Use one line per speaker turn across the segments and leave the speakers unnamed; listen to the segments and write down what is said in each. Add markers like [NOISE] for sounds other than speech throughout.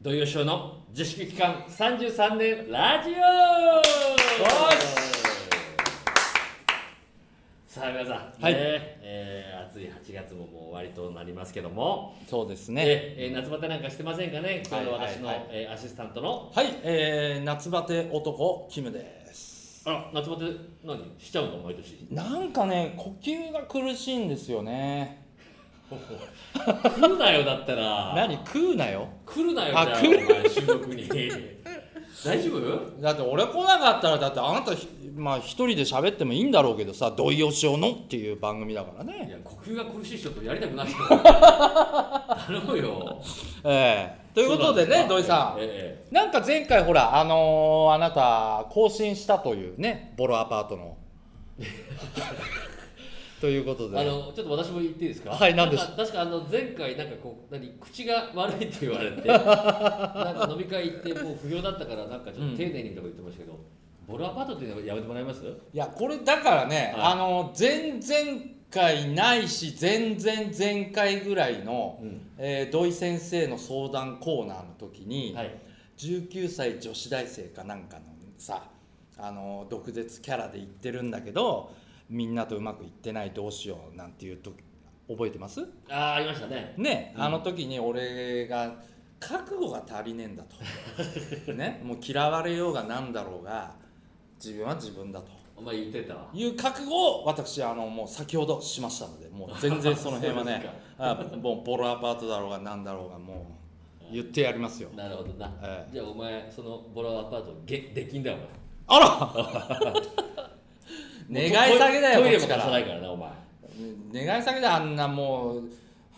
土曜ショーの自粛期間33年ラジオさあ皆さん、
はい
ねえー暑い8月ももう終わりとなりますけども、
そうです
ね
ね。
えー夏バテなんかしてませんかね今日の私の、
はいはいはい
えーアシスタントの
はい、えー、夏バテ男キムです。
あら夏バテ何しちゃうの毎
[LAUGHS]
年
なんかね、呼吸が苦しいんですよね。
来るなよだったら
何食うなよ。
来るなよ
あ
じゃあお
来る
前収録
[LAUGHS]
に大丈夫
だって俺来なかったらだってあなたひまあ一人で喋ってもいいんだろうけどさ「土井善雄の」っていう番組だから
い
ね
や呼吸が苦しい人とやりたく
[LAUGHS]
ないよ頼むよ
ええということでね土井さん、
え
なんか前回ほらあのーあなた更新したというねボロアパート [LAUGHS] のということ
え
で
あのちょっと私も言っていいですか
はい何でしょう
なんか確かあの前回なんかこう何口が悪いって
[LAUGHS]
言われてなんか飲み会行ってもう不評だったからなんかちょっと丁寧にとか言ってましたけど、ボロアパートっていうのやめてもらえます
いやこれだからね、
はい
あの前々回ないし前々前回ぐらいの、
うん
えー土井先生の相談コーナーの時に、
はい
19歳女子大生かなんかのさあの毒舌キャラで言ってるんだけどみんなとうまくいってないどうしようなんていう時覚えてます
ああありましたね
ね、
うん
あの時に俺が覚悟が足りねえんだ
[LAUGHS]
と、ね、もう嫌われようがなんだろうが自分は自分だと。
お前言ってたわ
いう覚悟を私あのもう先ほどしましたのでもう全然その辺は
[LAUGHS] そうで
ね
すか
あもうボロアパートだろうが何だろうがもう言ってやりますよ
なるほどな、
え
じゃあお前そのボロアパートげできんだよ
あら
お前
[LAUGHS] 願い下げだよ
トイレも
こ
貸
っちか
さな
ら
いからなお前
願い下げだあんなもう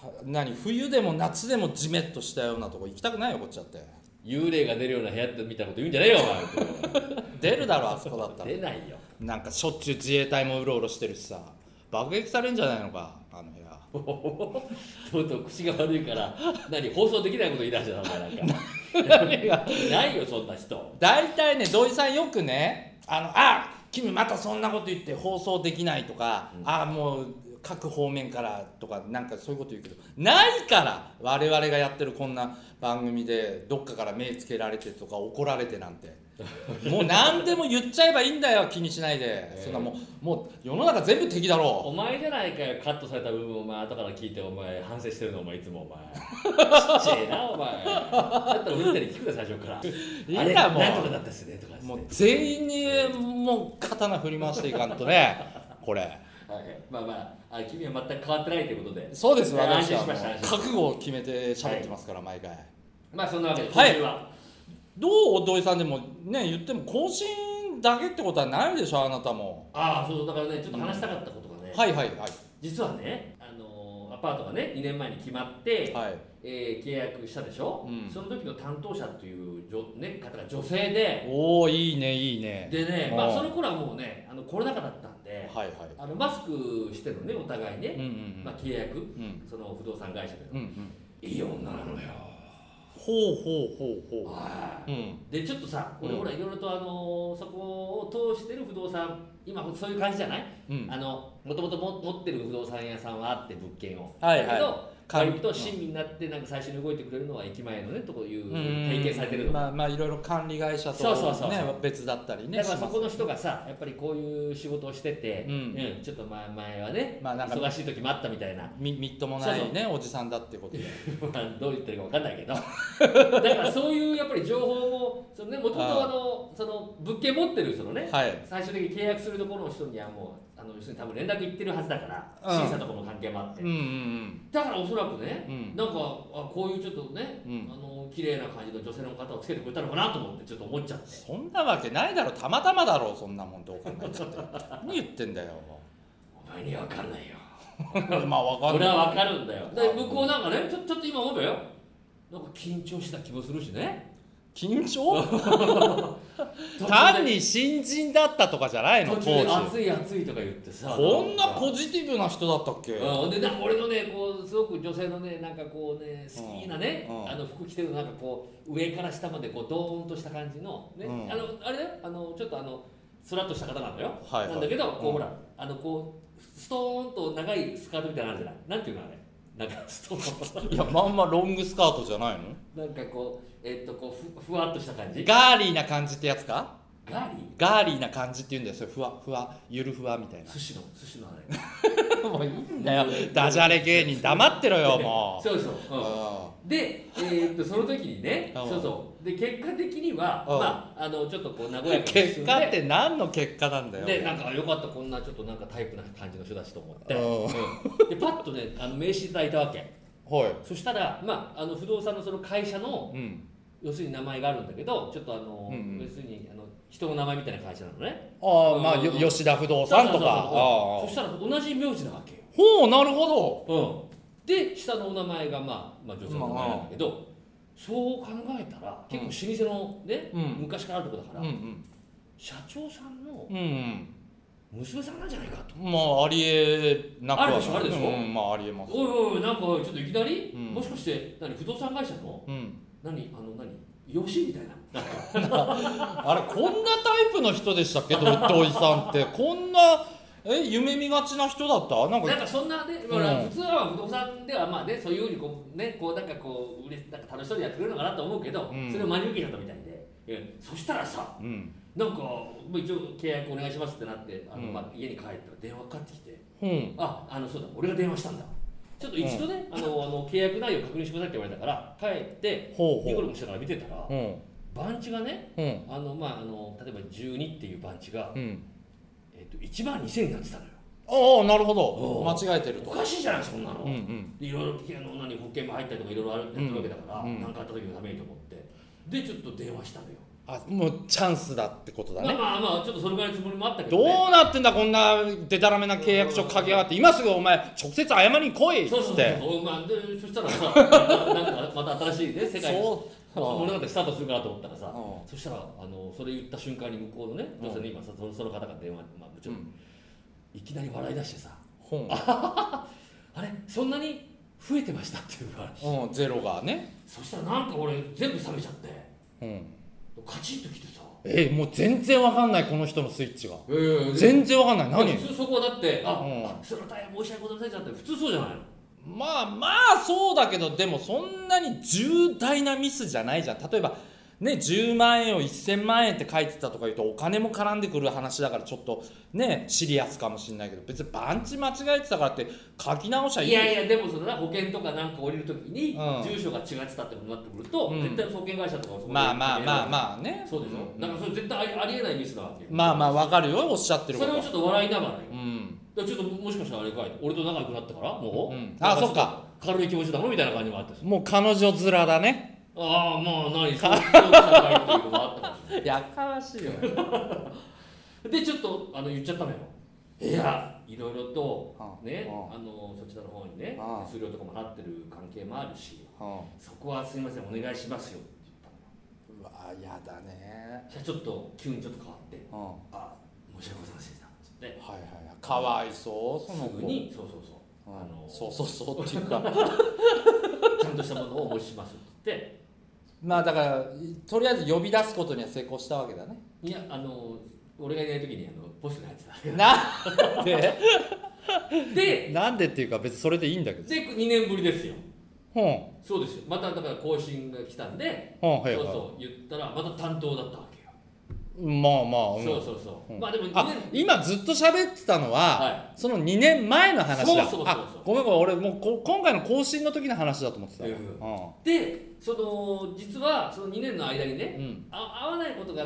は何冬でも夏でもジメッとしたようなとこ行きたくないよこっちだって
幽霊が出るような部屋ってみたいなこと言うんじゃねえよお
出るだろあそこだ [LAUGHS] ったら
前出ないよ
なんかしょっちゅう自衛隊もうろうろしてるしさ爆撃されんじゃないのかあの部屋
とうとう口が悪いから何放送できないこと言い出したのお前なんかないよそんな人
大体ね土井さんよくね「あのあ君またそんなこと言って放送できない」とか「あもう各方面から」とかなんかそういうこと言うけどないから我々がやってるこんな番組でどっかから目つけられてとか怒られてなん
[LAUGHS]
て。もう何でも言っちゃえばいいんだよ気にしないで、そんなもうもう世の中全部敵だろ
お前じゃないかよカットされた部分お前後から聞いてお前反省してるのお前いつもお前ちっちゃいなお前だったらみんなに聞くな最初から
いや
あれ
もう
なんとかだったっすねとかっつって
もう全員にもう刀振り回していかんとねこれ
[LAUGHS] はいはいまあまああ君は全く変わってないということで
そうです
いや安
私
心し
はも
ま
う
した安心しま
覚悟を決めて喋ってますから毎回。
まあそんなわけで今
はい
週は
どう土井さんでもね言っても更新だけってことはないでしょあなたも
ああそうそうだからねちょっと話したかったことがね、
はいはいはい
実はね、あのーアパートがね2年前に決まって、
はい
えー契約したでしょ、
うん
その時の担当者という女、ね、方が女性で
おおいいねいいね
でね、まあ、
うん
その頃はもうねあのコロナ禍だったんで
はいは
あのマスクしてるのねお互い
いうん
ね、
うん
まあ、契約
うんうん
その不動産会社で
うんうん
いい女なのよ
ほうほうほうほ
は
ううん
いでちょっとさ俺
うん
ほらいろいろと、あのーそこを通してる不動産今そういう感じじゃない
うん
あのもともと持ってる不動産屋さんはあって物件を、
はいはい
だけど
管理
割と親身になってなんか最初に動いてくれるのは駅前のねとこいう
うん
提携されてるの、
まあまあいろいろ管理会社と
そうそうそう
ね別だったりね
だから
し
そ
ます
この人がさやっぱりこういう仕事をしてて、
うん
うんちょっと前前はね、
まあなんか
忙しい時もあったみたい
[LAUGHS]
な
みみっともないねおじさんだってことで
まあどう言ってるか分かんないけ
[LAUGHS]
どだからそういうやっぱり情報をそのねもともとあのその物件持ってる人のね
はい
最終的に契約するところの人にはもうあの要するに多分連絡行ってるはずだから、
うん
審査とかも関係もあって
うん、うん
だからおそらくね、
うん
なんかあこういうちょっとね、
うん
あの綺麗な感じの女性の方をつけてくれたのかなと思ってちょっと思っちゃって
そんなわけないだろたまたまだろそんなもんどう考えたって何言ってんだよ
お前には分かんないよ
[LAUGHS] まあわかん
俺
ない
は分かるんだよ
あ
で向こうなんかねちょちょっと今思えばよなんか緊張した気もするしね
緊張
途中で
[LAUGHS] 単に新人だったとかじゃないの
途中
当
で
時
暑い暑いとか言ってさ
こんな
子
ポジティブな人だったっけ
うん、でなんか俺のねこうすごく女性のねなんかこうね好きなね、
うんうん
あの服着てるなんかこう上から下までこうドーンとした感じの、ね
うん
あのあれだよあのちょっとあのスラッとした方なのよ、
はいはい
なんだけどこう、
うん
ほらあのこうストーンと長いスカートみたいなのあるじゃないなんていうのあれなんかストーン [LAUGHS]
いやまんまロングスカートじゃない
な
の
んかこうえっとこうふふわっとした感じガ
[LAUGHS] ガーリーな感じってやつか
ーリ
ガーリーな感じって言うんだよそれふわふわゆるふわみたい
ー寿司の寿司のあれ
な [LAUGHS] もういいんだよダジャレ芸人黙ってろよもう
そうそう、うん
う
で、えーっとその時にね、
うん
そうそうで結果的には、
うん
まああのちょっとこう和やか
ん
に
結
進ん
果っ
で
て何の結果なんだよ
でなんかあよかったこんなちょっとなんかタイプな感じの人だしと思って、
うん
うんでパッとねあの名刺いただいたわけ
はい
そしたら、まあ、あの不動産のその会社の
うん
要するに名前があるんだけどちょっとあの、
うんうん
要するにあの人の名前みたいな会社なのね
ああまあ
うん
よ吉田不動産と
そうそうそうそう
かあ
そ
あ
したら同じ名字なわけよ
ほうなるほ
うん、で下のお名前が、まあ、まあ女性の名前なんだけど、そう考えたら
うん
結構老舗のね、
うん
昔からあるとこだか
ど
ら、
うんうん
社長さんの
うん
娘さんなんじゃないかと、
まあありえなくはない
あるでしょあるでしょ
うんまあありえます
おいおいおいなんかちょっといきなり、
うん
もしかして何不動産会社の
うん
何あの何養子みたいな
あれこんなタイプの人でしたっけど土井さんってこんなえ夢見がちな人だったなん
なん
か
かそんなね、
うん
まあ普通は不動産ではまあねそういうふうにこうねこうなんかこううれなんか楽しそうにやってくれるのかなと思うけど、
うん
それを真に受けちゃったみたいで、うんそしたらさ
うん
なんかもう一応契約お願いしますってなってあの、
うん
まあ、家に帰ったら電話かかってきて
うん
ああのそうだ俺が電話したんだちょっと一度ね、あのあの契約内容確認してくださいって言われたから帰って
ほう
ニコ
ほ
ルもしたから見てたら
ううん
番地がね
うん
あの、まあ、あの例えば12っていう番地が、
うん
えっと1万2000になってたのよ
ああなるほ
おう
ど間違えてる
お
と
かしいじゃないそんなの、
うんうん
でいろいろあの何保険も入ったりとかいろいろあるやってるわけだから
うんうん
何、なん、かあった時のためにと思ってでちょっと電話したのよ、
あもうチャンスだってことだね
まあまあまあちょっとそれぐらいのつもりもあったけど、
ど
ね、
うなってんだこんなでたらめな契約書書き上がって今すぐお前直接謝りに来いっ
そうそ
つ
うそう
って
そう、まあ、でそ [LAUGHS] したらさなんかまた新しいね世界の
そう
物語スタートするかなと思ったらさ、
う
そしたらあのそれ言った瞬間に向こうのね
うん
女性の今さそのその方が電話、まあ、もち
う
ろん、
ん
いきなり笑い出してさ
本
あれそんなに増えてましたっていう話、
うんゼロがね
そしたらなんか俺全部冷めちゃって
うん
カチンときてさ
えもう全然わかんないこの人のスイッチが
ええ
全然わかんない何
普通そこはだってあ、
うん
あそれは大変申し訳ございませんじゃんって普通そうじゃないの
まあまあそうだけどでもそんなに重大なミスじゃないじゃん例えばね10万円を1000万円って書いてたとか言うとお金も絡んでくる話だからちょっとねシリアスかもしれないけど別に番地間違えてたからって書き直しゃいい
いやいやでもそのな保険とかなんか降りるときに
うん
住所が違ってたってことになってくると、
うん
絶対保険会社とかはそこで
まあまあまあまあね
そうでしょ、
うん
だからそれ絶対ありありえないミスなわけよ
まあまあわかるよおっしゃってるこ
それ
と
をちょっと笑いながらよ
うん
だからちょっともしかしたらあれかい俺と仲良くなったからもう、
うん
なん
あそっか
ちょっと軽い気持ちだろみたいな感じもあったし
もう彼女面だね
ああまあ何そうそうじゃないっていうのもあったかもし
やかましいよ
れないでちょっとあの言っちゃったのよいやいろいろとね
うん
あのそちらの方にね
うん
手数料とかも払ってる関係もあるし
うん
そこはすいませんお願いしますよって言ったの
うわやだね
じゃあちょっと急にちょっと変わって
うんは
あ申し訳ございませんでしたっつって
いはいはいかわいそうその
すぐ
子
にそうそうそう
う
あの
んそうそうそうっていう
[LAUGHS]
か
ちゃんとしたものをお持ちしますって
まあだからとりあえず呼び出すことには成功したわ
[LAUGHS]
けだね
言っていやあの俺がいない時にあのポストのやつだ
なんで
で
なんでっていうか別にそれでいいんだけど
で2年ぶりですよ
ほん
そうですよまただから更新が来たんで
ほん
そ
は
う
いはい
そう言ったらまた担当だったわけよ
まあまあうん
そうそうそう
うん
まあでも2
あ
年
今ずっと喋ってたのは、
は
その2年前の話だ
そうそうそうそう
あごめんごめん俺もうこ今回の更新の時の話だと思ってた、
うんでその実はその2年の間にね
うんうん
あ合わないことが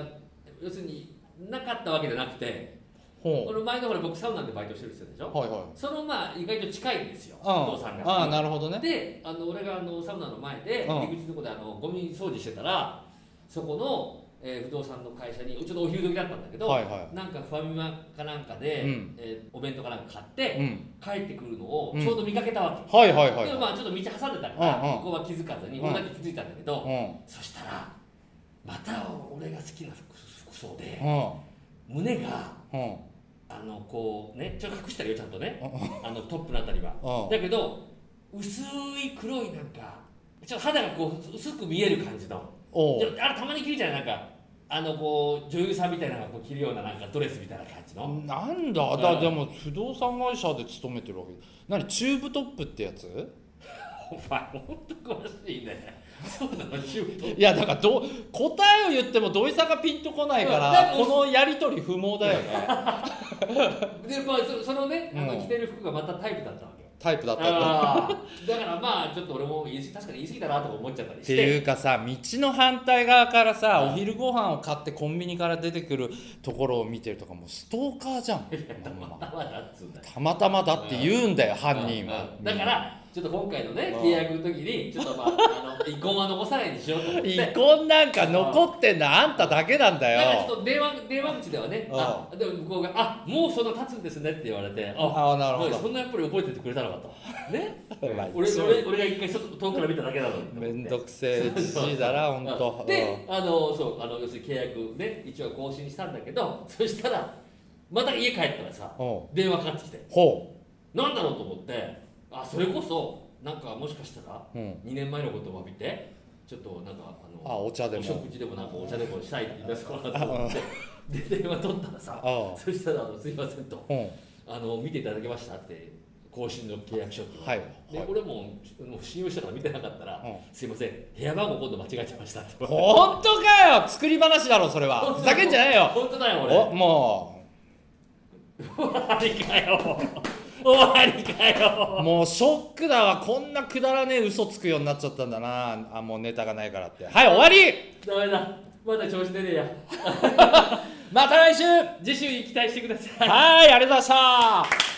要するになかったわけじゃなくて
ほ
俺前のほら僕サウナでバイトしてる人でし
う
ょ
はいはい
そのまあ意外と近いんですよ
うん
お父さん
ああ
が
なるほどね
であの俺があのサウナの前で
うん
入り口のとこであのゴミ掃除してたらそこの、えー不動産の会社にちょっとお昼時だったんだけど、
はいは
なんかファミマかなんかで、
うん
えーお弁当かなんか買っ
い、
て、
うん、
帰ってくるのを
うん
ちょうど見かけたわ
はいはい
け、
はい
で
はい
まあちょっと道挟んでたから、
うんうん
ここは気づかずに
うん
俺だけ気づいたんだけど、
うんうん
そしたらまた俺が好きな服服装で
う
胸が
ん
あのこうねちょっと隠してあるよちゃんとねあのトップのあたりは。
うん
だけど薄い黒いなんかちょっと肌がこう薄く見える感じの
お
で
う
あれたまに着るじゃないなんかあのこう女優さんみたいなのがこう着るようななんかドレスみたいな感じの
なんだだでも不動産会社で勤めてるわけ何チューブトップってやつ
お前本当詳しいねそうなのシュート
いやだからどう答えを言っても土井さんがピンとこないか
いやだ
ら
から
このやり取り不毛だよね
でまあそそのねあ
う
の
ん
着てる服がまたタイプだったわけよ
タイプだったんだ
あーだからまあちょっと俺も言い過ぎ確かに言い過ぎだなとか思っちゃったり
っ
してて
いうかさ道の反対側からさ
うん
お昼ご飯を買ってコンビニから出てくるところを見てるとかもうストーカーじゃん
たま
まんま
たまだっつうんだよ
たまたまだって言うんだよ犯人は
うんだからちょっと今回のね
うん
契約の時にちょっとまあ
[LAUGHS]
あの遺恨は残さないにしようと思って
遺
だか
恨なんか残ってんのあんただけなんだ
らちょ
よ
っと電話電話口ではね
うん
あでも向こうが「あもうその経つんですね」って言われて「あ
ああなるほ
そ
ど
んなやっぱり覚えててくれたのか」とね
まあ
俺俺俺が一回ちょっと遠くから見ただけなのにと思って
めんどくせえじじいだなほんと
であのそうあの要するに契約ね一応更新したんだけど [LAUGHS] そしたらまた家帰ったらさ
うんほ
電話かかってきて
うほ
なんだろうと思ってあそれこそなんかもしかしたら
う、うん、
2年前のことを詫びてちょっとなんかあの
あお茶で
お
も
食事でもなんかお茶でもしたいって言い出すかなと思ってで電話取ったらさ
あ
そしたらあの「すいません」と
あうん
「あの見ていただけました」って更新の契約書って、
はい
で
はい
俺ももう信用したから見てなかったら「
うん
すいません部屋番号今度間違えてました」って
ほんとかよ作り話だろそれはふざけんじゃないよ
本当だよ
お
俺
も
終わりかよ終わりかよ
うもうショックだわこんなくだらねえ嘘つくようになっちゃったんだなあもうネタがないからってはい終わり
ダメだまだ調子出ねえや
また来週は
次週に期待してください
いありがとうございました